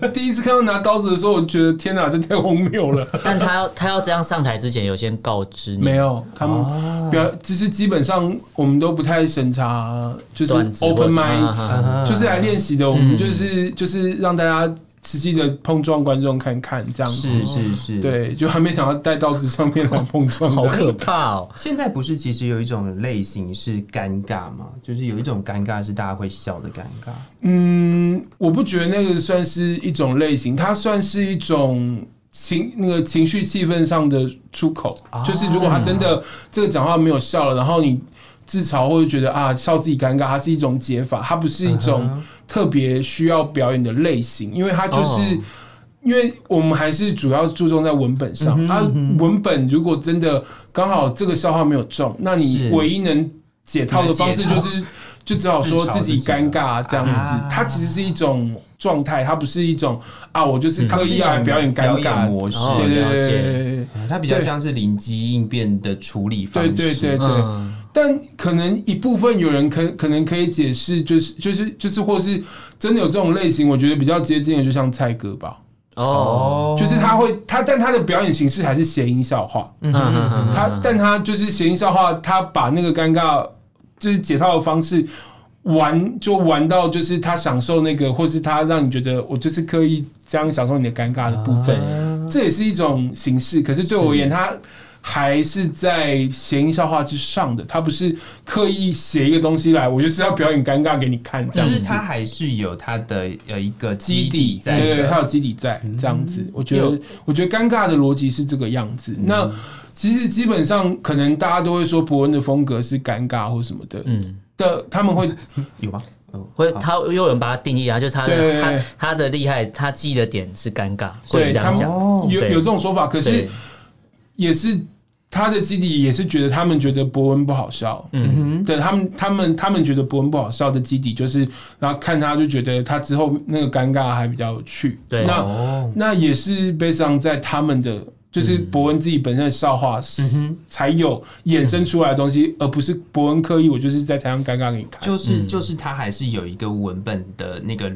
Speaker 1: 他第一次看到拿刀子的时候，我觉得天哪，这太荒谬了。
Speaker 2: 但他要他要这样上台之前，有先告知 你，
Speaker 1: 没有，他们表就是基本上我们都不太审查，就是
Speaker 2: 段子
Speaker 1: open
Speaker 2: 或者是
Speaker 1: mind，、
Speaker 2: 啊啊啊
Speaker 3: 啊
Speaker 1: 就是来练习的。我们就是、就是让大家实际的碰撞观众看看这样子。
Speaker 3: 是是是，。
Speaker 1: 对，就还没想到带刀子上面来碰撞的，
Speaker 2: 好可怕哦！
Speaker 3: 现在不是其实有一种类型是尴尬嘛，就是有一种尴尬是大家会笑的尴尬。
Speaker 1: 嗯，我不觉得那个算是一种类型，它算是一种情那个情绪气氛上的出口。
Speaker 3: 啊
Speaker 1: 就是如果他真的这个讲话没有笑了，然后你自嘲或者觉得啊笑自己尴尬，它是一种解法，它不是一
Speaker 3: 嗯
Speaker 1: 种特别需要表演的类型，因为它就是。
Speaker 2: 哦
Speaker 1: 因为我们还是主要注重在文本上，
Speaker 3: 嗯
Speaker 1: 啊，文本如果真的刚好这个笑话没有中，那你
Speaker 3: 是
Speaker 1: 唯一能解套的方式
Speaker 3: 能解
Speaker 1: 就
Speaker 3: 套
Speaker 1: 是，就只好说自己尴尬这样子。它其实是一种状态，它不是一种啊，我就是
Speaker 3: 嗯
Speaker 1: 刻意要来表演尴
Speaker 3: 表演
Speaker 1: 尬。
Speaker 3: 模式，嗯
Speaker 2: 哦
Speaker 1: 对对对
Speaker 2: 了解
Speaker 1: 对
Speaker 3: 它比较像是灵机应变的处理方
Speaker 1: 对
Speaker 3: 式。
Speaker 1: 对对对，
Speaker 2: 嗯，
Speaker 1: 但可能一部分有人可可能可以解释，就是就是就是，或是真的有这种类型，我觉得比较接近的，就像蔡哥吧，
Speaker 2: 哦，
Speaker 1: 就是他会他，但他的表演形式还是谐音笑话，
Speaker 2: 嗯嗯嗯嗯
Speaker 1: 他但他就是谐音笑话，他把那个尴尬就是解套的方式玩，就玩到就是他享受那个，或是他让你觉得我就是刻意这样享受你的尴尬的部分，这也是一种形式。啊可是对我而言，他。还是在谐音笑话之上的，他不是刻意写一个东西来，我就是要表演尴尬给你看这
Speaker 3: 就
Speaker 1: 样
Speaker 3: 是
Speaker 1: 子。
Speaker 3: 它还是有它的呃一个
Speaker 1: 基
Speaker 3: 底
Speaker 1: 底
Speaker 3: 在
Speaker 1: 对对，
Speaker 3: 的，
Speaker 1: 它有基底在
Speaker 2: 嗯
Speaker 1: 这样子。我觉
Speaker 2: 有
Speaker 1: 得，我觉得尴尬的逻辑是这个样子。
Speaker 2: 嗯
Speaker 1: 那其实基本上，可能大家都会说伯恩的风格是尴尬或什么的，
Speaker 2: 嗯，
Speaker 1: 的他们会
Speaker 3: 有吗？哦
Speaker 2: 会
Speaker 3: 好
Speaker 2: 他又有人把它定义啊，就是他
Speaker 1: 对
Speaker 2: 的
Speaker 1: 对
Speaker 2: 他
Speaker 1: 对
Speaker 2: 他的厉害，他记的点是尴尬，会
Speaker 1: 对
Speaker 2: 这
Speaker 1: 他
Speaker 2: 样
Speaker 1: 们
Speaker 2: 讲，哦
Speaker 1: 有
Speaker 2: 对
Speaker 1: 有这种说法，可是
Speaker 2: 对，
Speaker 1: 也是他的基底也是觉得他们觉得伯恩不好笑，
Speaker 2: 嗯，
Speaker 1: 对他们，他们他们觉得伯恩不好笑的基底就是，然后看他就觉得他之后那个尴尬还比较有趣。
Speaker 2: 对
Speaker 1: 那、
Speaker 3: 哦
Speaker 1: 那也是悲伤在他们的，就是
Speaker 2: 嗯
Speaker 1: 伯恩自己本身的笑话、才有衍生出来的东
Speaker 2: 嗯
Speaker 1: 西，而不是伯恩刻意我就是在台上尴尬给你看。
Speaker 3: 就是就是它还是有一个文本的那个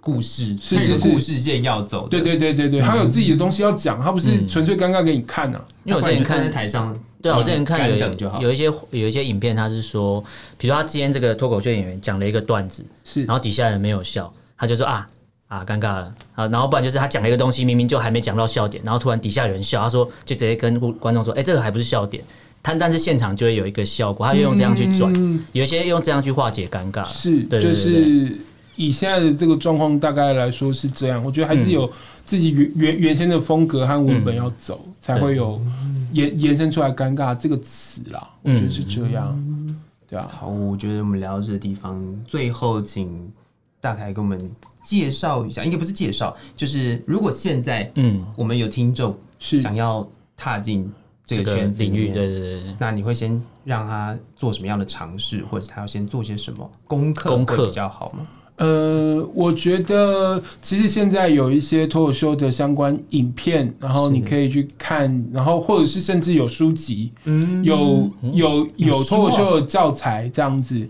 Speaker 3: 故事，
Speaker 1: 是
Speaker 3: 它有
Speaker 1: 是
Speaker 3: 个
Speaker 1: 是
Speaker 3: 故事线要走的。
Speaker 1: 对对对对
Speaker 2: 嗯
Speaker 1: 对，他有自己的东西要讲，他不是纯粹尴尬给你看啊。
Speaker 2: 因为我
Speaker 3: 不
Speaker 2: 之
Speaker 3: 然
Speaker 2: 前
Speaker 3: 就站在
Speaker 2: 看
Speaker 3: 台上，
Speaker 2: 对啊，我之前看有
Speaker 3: 干等就好
Speaker 2: 有一些有一些影片，他是说，比如说他今天这个脱口秀演员讲了一个段子，
Speaker 1: 是
Speaker 2: 然后底下人没有笑，他就说啊啊尴尬了啊，然后不然就是他讲了一个东西，明明就还没讲到笑点，然后突然底下有人笑，他说就直接跟观众说，哎、这个还不是笑点，他但是现场就会有一个效果，他就用这样去转，
Speaker 1: 嗯
Speaker 2: 有一些用这样去化解尴尬，
Speaker 1: 是，
Speaker 2: 对对对
Speaker 1: 就
Speaker 2: 对
Speaker 1: 是以现在的这个状况大概来说是这样，我觉得还是
Speaker 2: 嗯
Speaker 1: 有自己原原原先的风格和文本要走，才会有延延伸出来“尴尬”这个词啦。我觉得是这样，
Speaker 2: 嗯
Speaker 1: 对啊。
Speaker 3: 好，我觉得我们聊到这个地方，最后请大凯给我们介绍一下，应该不是介绍，就是如果现在
Speaker 2: 嗯，
Speaker 3: 我们有听众
Speaker 1: 是
Speaker 3: 想要踏进这
Speaker 2: 这
Speaker 3: 个
Speaker 2: 个
Speaker 3: 圈子
Speaker 2: 领
Speaker 3: 里
Speaker 2: 域，
Speaker 3: 面
Speaker 2: 对对对对。
Speaker 3: 那你会先让他做什么样的尝试，或者他要先做些什么功课
Speaker 2: 功
Speaker 3: 会
Speaker 2: 课
Speaker 3: 比较好吗？
Speaker 1: 呃，我觉得其实现在有一些脱口秀的相关影片，然后你可以去看，然后或者是甚至有书籍，
Speaker 3: 嗯，
Speaker 1: 有有有
Speaker 3: 有书啊
Speaker 1: 脱口秀的教材这样子。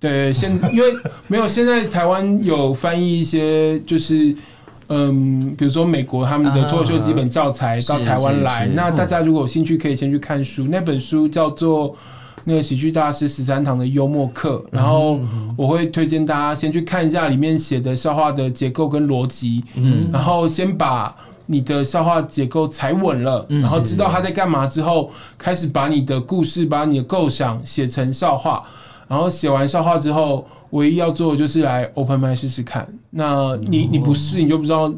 Speaker 1: 对，现因为没有现在台湾有翻译一些就是。嗯，比如说美国他们的脱口秀基本教材
Speaker 3: 啊是
Speaker 1: 到台湾来，
Speaker 3: 是是嗯
Speaker 1: 那大家如果有兴趣，可以先去看书。那本书叫做《那个喜剧大师十三堂的幽默课》，然后我会推荐大家先去看一下里面写的笑话的结构跟逻辑，
Speaker 2: 嗯
Speaker 1: 然后先把你的笑话结构踩稳了，然后知道他在干嘛之后，开始把你的故事、把你的构想写成笑话。然后写完笑话之后，唯一要做的就是来 open m i 试试看。那你你不试，你就不知道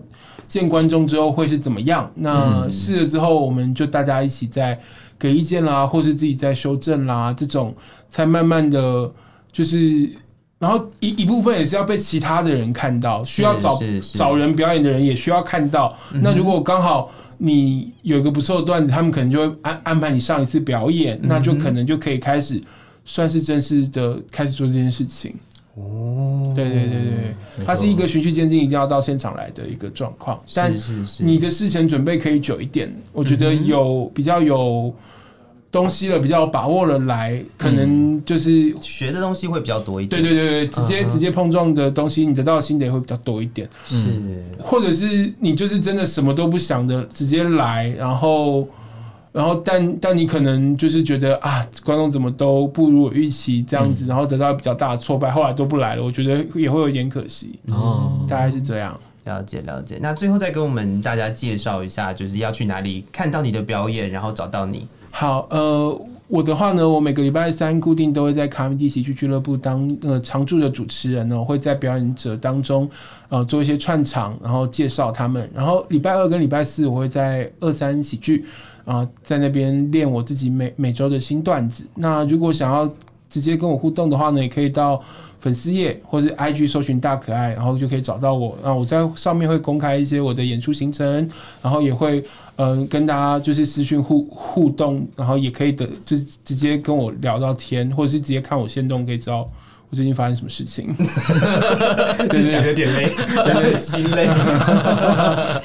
Speaker 1: 见观众之后会是怎么样。
Speaker 3: 嗯
Speaker 1: 那试了之后，我们就大家一起再给意见啦，或是自己再修正啦，这种才慢慢的就是。然后一一部分也是要被其他的人看到，需要找
Speaker 3: 是是嗯
Speaker 1: 找人表演的人也需要看到。那如果刚好你有一个不错的段子，他们可能就会安安排你上一次表
Speaker 3: 嗯
Speaker 1: 演，那就可能就可以开始算是正式的开始做这件事情。
Speaker 3: 哦，
Speaker 1: 对对对对对，它是一个循序渐进，一定要到现场来的一个状况。但
Speaker 3: 是嗯是是，
Speaker 1: 你的事前准备可以久一点，我觉得有比较有东西了，比较有把握了来，可
Speaker 3: 嗯
Speaker 1: 能就是
Speaker 3: 学的东西会比较多一
Speaker 1: 对
Speaker 3: 点，
Speaker 1: 对对对，直
Speaker 3: 嗯
Speaker 1: 接直接碰撞的东西，你得到的心得也会比较多一点。
Speaker 3: 对，是。
Speaker 1: 或者是你就是真的什么都不想的直接来，然后，然后但但你可能就是觉得啊，观众怎么都不如我预期这样子，然后得到比较大的挫败，后来都不来了，我觉得也会有一点可惜，
Speaker 2: 哦，
Speaker 1: 大概是这样。
Speaker 3: 了解了解，那最后再跟我们大家介绍一下，就是要去哪里看到你的表演，然后找 到你。
Speaker 1: 好，呃，我的话呢，我每个礼拜三固定都会在卡米蒂喜剧俱乐部当呃常驻的主持人呢，哦我会在表演者当中呃做一些串场，然后介绍他们。然后礼拜二跟礼拜四我会在二三喜剧啊、呃在那边练我自己每每周的新段子。那如果想要直接跟我互动的话呢，也可以到。粉丝页或是 IG 搜寻大可爱，然后就可以找到我。那我在上面会公开一些我的演出行程，然后也会嗯、呃跟大家就是私讯互互动，然后也可以的，就是直接跟我聊到天，或者是直接看我线动，可以知道我最近发生什么事 情。对
Speaker 3: 讲的有点累，讲的很心累。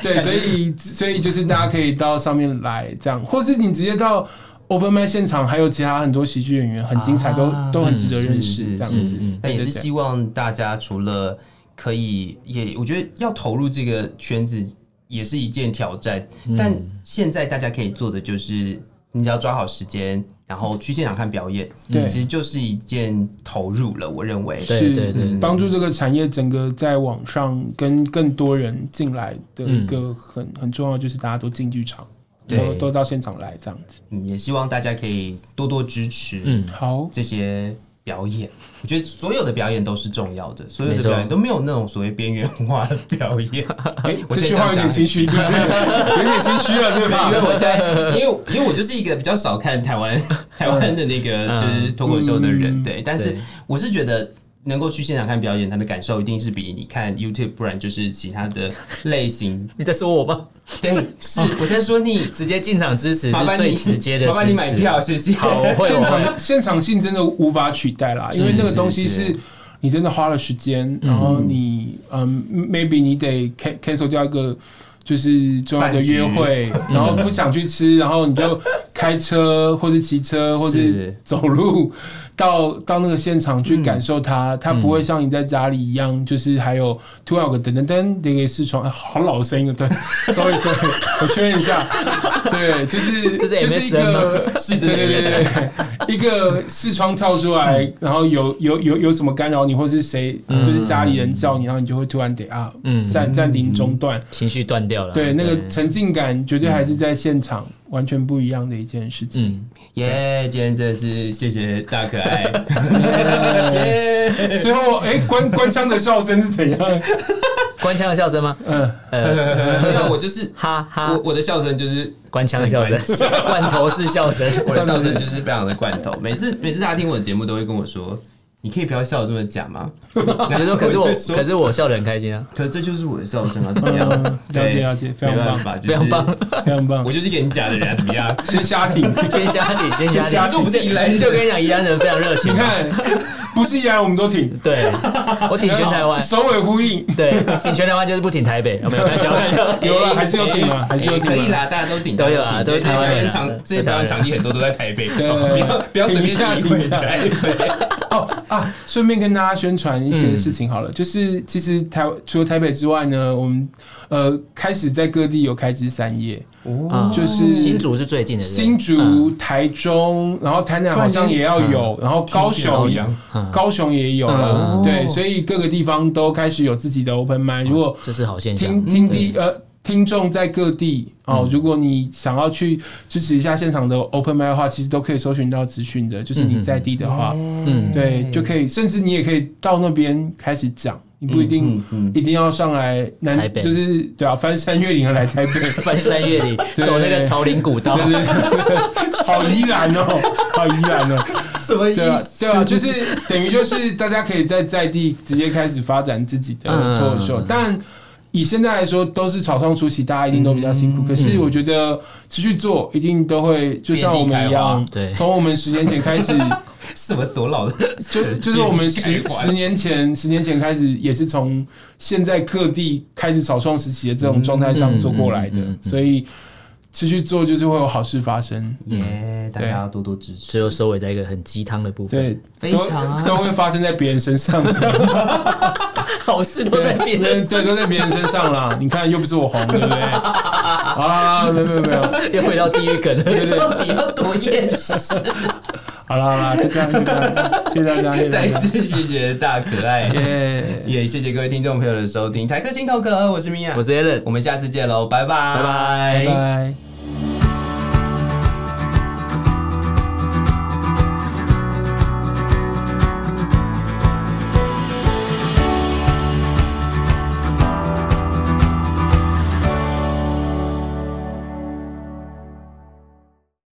Speaker 1: 对，所以所以就是大家可以到上面来这样，或是你直接到 Open m i 现场，还有其他很多喜剧演员很精彩，
Speaker 3: 啊
Speaker 1: 都都 很值得认
Speaker 3: 是
Speaker 1: 识
Speaker 3: 是
Speaker 1: 这样子
Speaker 3: 是。但也
Speaker 1: 对
Speaker 3: 是
Speaker 1: 对对
Speaker 3: 希望大家除了可以，也我觉得要投入这个圈子也是一件挑战。
Speaker 1: 嗯
Speaker 3: 但现在大家可以做的就是，你只要抓好时间，然后去现场看表演，
Speaker 1: 对
Speaker 3: 其实就是一件投入了。我认为，
Speaker 2: 对
Speaker 1: 是
Speaker 2: 对
Speaker 1: 帮助这个产业整个在网上跟更多人进来的一个很、很重要，就是大家都进剧场，都
Speaker 3: 嗯对
Speaker 1: 都到现场来这样子。
Speaker 3: 嗯也希望大家可以多多支持。
Speaker 2: 嗯，
Speaker 1: 好，
Speaker 3: 这些表演，我觉得所有的表演都是重要的，所有
Speaker 2: 没
Speaker 3: 的
Speaker 2: 错
Speaker 3: 表演都没有那种所谓边缘化的表 演。
Speaker 1: 哎、
Speaker 3: 我
Speaker 1: 这
Speaker 3: 先
Speaker 1: 句
Speaker 3: 这
Speaker 1: 话
Speaker 3: 样
Speaker 1: 有
Speaker 3: 讲
Speaker 1: 点心虚，是不是？有点心虚了，对吧？
Speaker 3: 因为我现在，因为因为我就是一个比较少看台湾台湾的那个
Speaker 2: 嗯
Speaker 3: 就是脱口秀的人，
Speaker 1: 嗯
Speaker 3: 对，但是
Speaker 2: 对
Speaker 3: 我是觉得。能够去现场看表演，他的感受一定是比你看 YouTube，不然就是其他的类 型。
Speaker 2: 你在说我吗？
Speaker 3: 对，是我在说 你，
Speaker 2: 直接进场支持
Speaker 3: 麻
Speaker 2: 是
Speaker 3: 烦
Speaker 2: 最
Speaker 3: 你
Speaker 2: 直接的支持。
Speaker 3: 麻烦你买票，谢谢。
Speaker 2: 好，哦我会
Speaker 1: 现
Speaker 2: 我会。
Speaker 1: 场现场性真的无法取代啦，因为那个东西
Speaker 3: 是
Speaker 1: 是你真的花了时间，然后你嗯，maybe 你得 can cancel 掉一个。就是重要的
Speaker 3: 饭局
Speaker 1: 约会，然后不想去 吃，然后你就开车或是骑车或是
Speaker 3: 是
Speaker 1: 走路到到那个现场去感受
Speaker 2: 嗯
Speaker 1: 它，它不会像你在家里一样，就是还有突然有个噔噔噔那个视窗，哎好老的声音啊，对，sorry sorry，我确认一 下，对，就是
Speaker 2: 这 是
Speaker 1: 就是一
Speaker 2: MSN 吗
Speaker 1: 个
Speaker 3: 是真
Speaker 1: 对
Speaker 3: 的
Speaker 1: 对对 对，一个视窗跳出来，
Speaker 2: 嗯
Speaker 1: 然后有有有有什么干扰你，或是谁就是家里人叫你，然后你就会突然得啊，
Speaker 2: 嗯
Speaker 1: 暂暂停中断。
Speaker 2: 情绪断掉了。
Speaker 1: 对，那个沉浸感绝对还是在现场完全不一样的一件事情。
Speaker 2: 嗯，
Speaker 3: 耶！今天真的是谢谢大可 爱，耶！
Speaker 1: 最后，哎， 官官腔的笑声是怎 样？
Speaker 2: 官腔的笑声吗？
Speaker 1: 嗯，
Speaker 3: 没有，我就是
Speaker 2: 哈哈
Speaker 3: 我，我的笑声就是
Speaker 2: 官腔的笑声，罐头式笑声。
Speaker 3: 我的笑声就是非常的罐头。每次每次大家听我的节目都会跟我说，你可以不要笑的这么假吗？
Speaker 2: 你就
Speaker 3: 然后
Speaker 2: 说可是我
Speaker 3: 就说
Speaker 2: 可是我笑得很开心啊，
Speaker 3: 可是这就是我的笑声啊，怎么样？
Speaker 1: 嗯了解
Speaker 3: 对
Speaker 1: 了解，非常
Speaker 3: 没办
Speaker 1: 棒，
Speaker 3: 法，
Speaker 2: 非常棒，
Speaker 3: 就是
Speaker 1: 非常棒
Speaker 3: 我。就是给你假的人啊，怎么样？
Speaker 1: 先瞎挺，
Speaker 2: 先瞎挺，先瞎
Speaker 3: 先瞎
Speaker 2: 挺，
Speaker 3: 挺这不是宜兰人
Speaker 2: 就跟你讲，宜兰人非常热情
Speaker 1: 你，看，不是依然我们都挺，
Speaker 2: 对我挺全台湾，
Speaker 1: 首尾呼应。
Speaker 2: 对，挺全台湾就是不挺台北，没有开玩笑，开 玩笑
Speaker 1: 有啦还是有挺嘛
Speaker 3: 哎
Speaker 1: 还是有挺嘛
Speaker 3: 可以啦，大家都挺，
Speaker 2: 都有啊
Speaker 3: 挺
Speaker 2: 都是台湾人啊
Speaker 3: 场
Speaker 2: 对，
Speaker 3: 这些表演场地很多都在台北，
Speaker 1: 对
Speaker 3: 不要不要随
Speaker 1: 挺一
Speaker 3: 便
Speaker 1: 下
Speaker 3: 诋毁
Speaker 1: 挺一下
Speaker 3: 台北。
Speaker 1: 哦啊，顺便跟大家宣传一
Speaker 2: 嗯
Speaker 1: 些事情好了，就是其实台除了台北之外呢，我们呃开始在各地有开枝散叶，
Speaker 2: 啊
Speaker 1: 嗯就是
Speaker 2: 新竹是最近的，对不嗯对
Speaker 1: 新竹、台中，然后台南好像也要有，然后高雄
Speaker 3: 一样，
Speaker 2: 嗯
Speaker 1: 高雄也有了，对，所以各个地方都开始有自己的 open mic。如果
Speaker 2: 这是好现象
Speaker 1: 听。
Speaker 2: 嗯
Speaker 1: 听地呃听众在各地哦，如果你想要去支持一下现场的 open mic 的话，其实都可以搜寻到资讯的，就是你在地的话，
Speaker 2: 嗯
Speaker 1: 对，就可以，甚至你也可以到那边开始讲，你不一定
Speaker 3: 嗯嗯嗯
Speaker 1: 一定要上来
Speaker 2: 台
Speaker 1: 南，
Speaker 2: 北
Speaker 1: 就是对啊，翻山越岭而来台 北。
Speaker 2: 翻山越岭，
Speaker 1: 对
Speaker 2: 走那个草林古道
Speaker 1: 对，对对，好依然 哦，好依然哦，
Speaker 3: 什么意
Speaker 1: 对啊，
Speaker 3: 思？
Speaker 1: 对啊，就是等于就是大家可以在在地直接开始发展自己的
Speaker 2: 嗯
Speaker 1: 脱口秀，但。以现在来说，都是草创初期，大家一定都比较辛苦。
Speaker 2: 嗯
Speaker 1: 可是我觉得持续做，一定都会就像我们一样
Speaker 3: 遍
Speaker 2: 地开花对，
Speaker 1: 从我们十年前开始，
Speaker 3: 什么多老的词？
Speaker 1: 就就是我们十
Speaker 3: 变地开花
Speaker 1: 十年前，十年前开始也是从现在各地开始草创时期的这种状态上做过来的
Speaker 2: 嗯嗯嗯嗯，嗯
Speaker 1: 所以持续做就是会有好事发生。
Speaker 3: 耶，大家要多多支
Speaker 2: 最
Speaker 3: 持。
Speaker 2: 后收尾在一个很鸡汤的部分。
Speaker 1: 对，
Speaker 3: 非
Speaker 1: 都
Speaker 3: 常啊
Speaker 1: 都会发生在别人身上，
Speaker 2: 好事都在别人
Speaker 1: 对，都在别人身上啦。你看，又不是我红，对不对？好啦，没有没有没有，
Speaker 2: 又回到地狱梗了。
Speaker 1: 对对，
Speaker 3: 到底要多厌世？
Speaker 1: 好啦好啦，就这样，就这样，谢谢大家，谢谢
Speaker 3: 再
Speaker 1: 大
Speaker 3: 一
Speaker 1: 家，
Speaker 3: 次谢谢大 可爱，
Speaker 1: 耶。
Speaker 3: 也谢谢各位听众朋友的收听。台客心头壳，我是米娅
Speaker 2: 我，是 Alan，
Speaker 3: 我们下次见喽，拜拜，
Speaker 2: 拜拜
Speaker 1: 拜拜。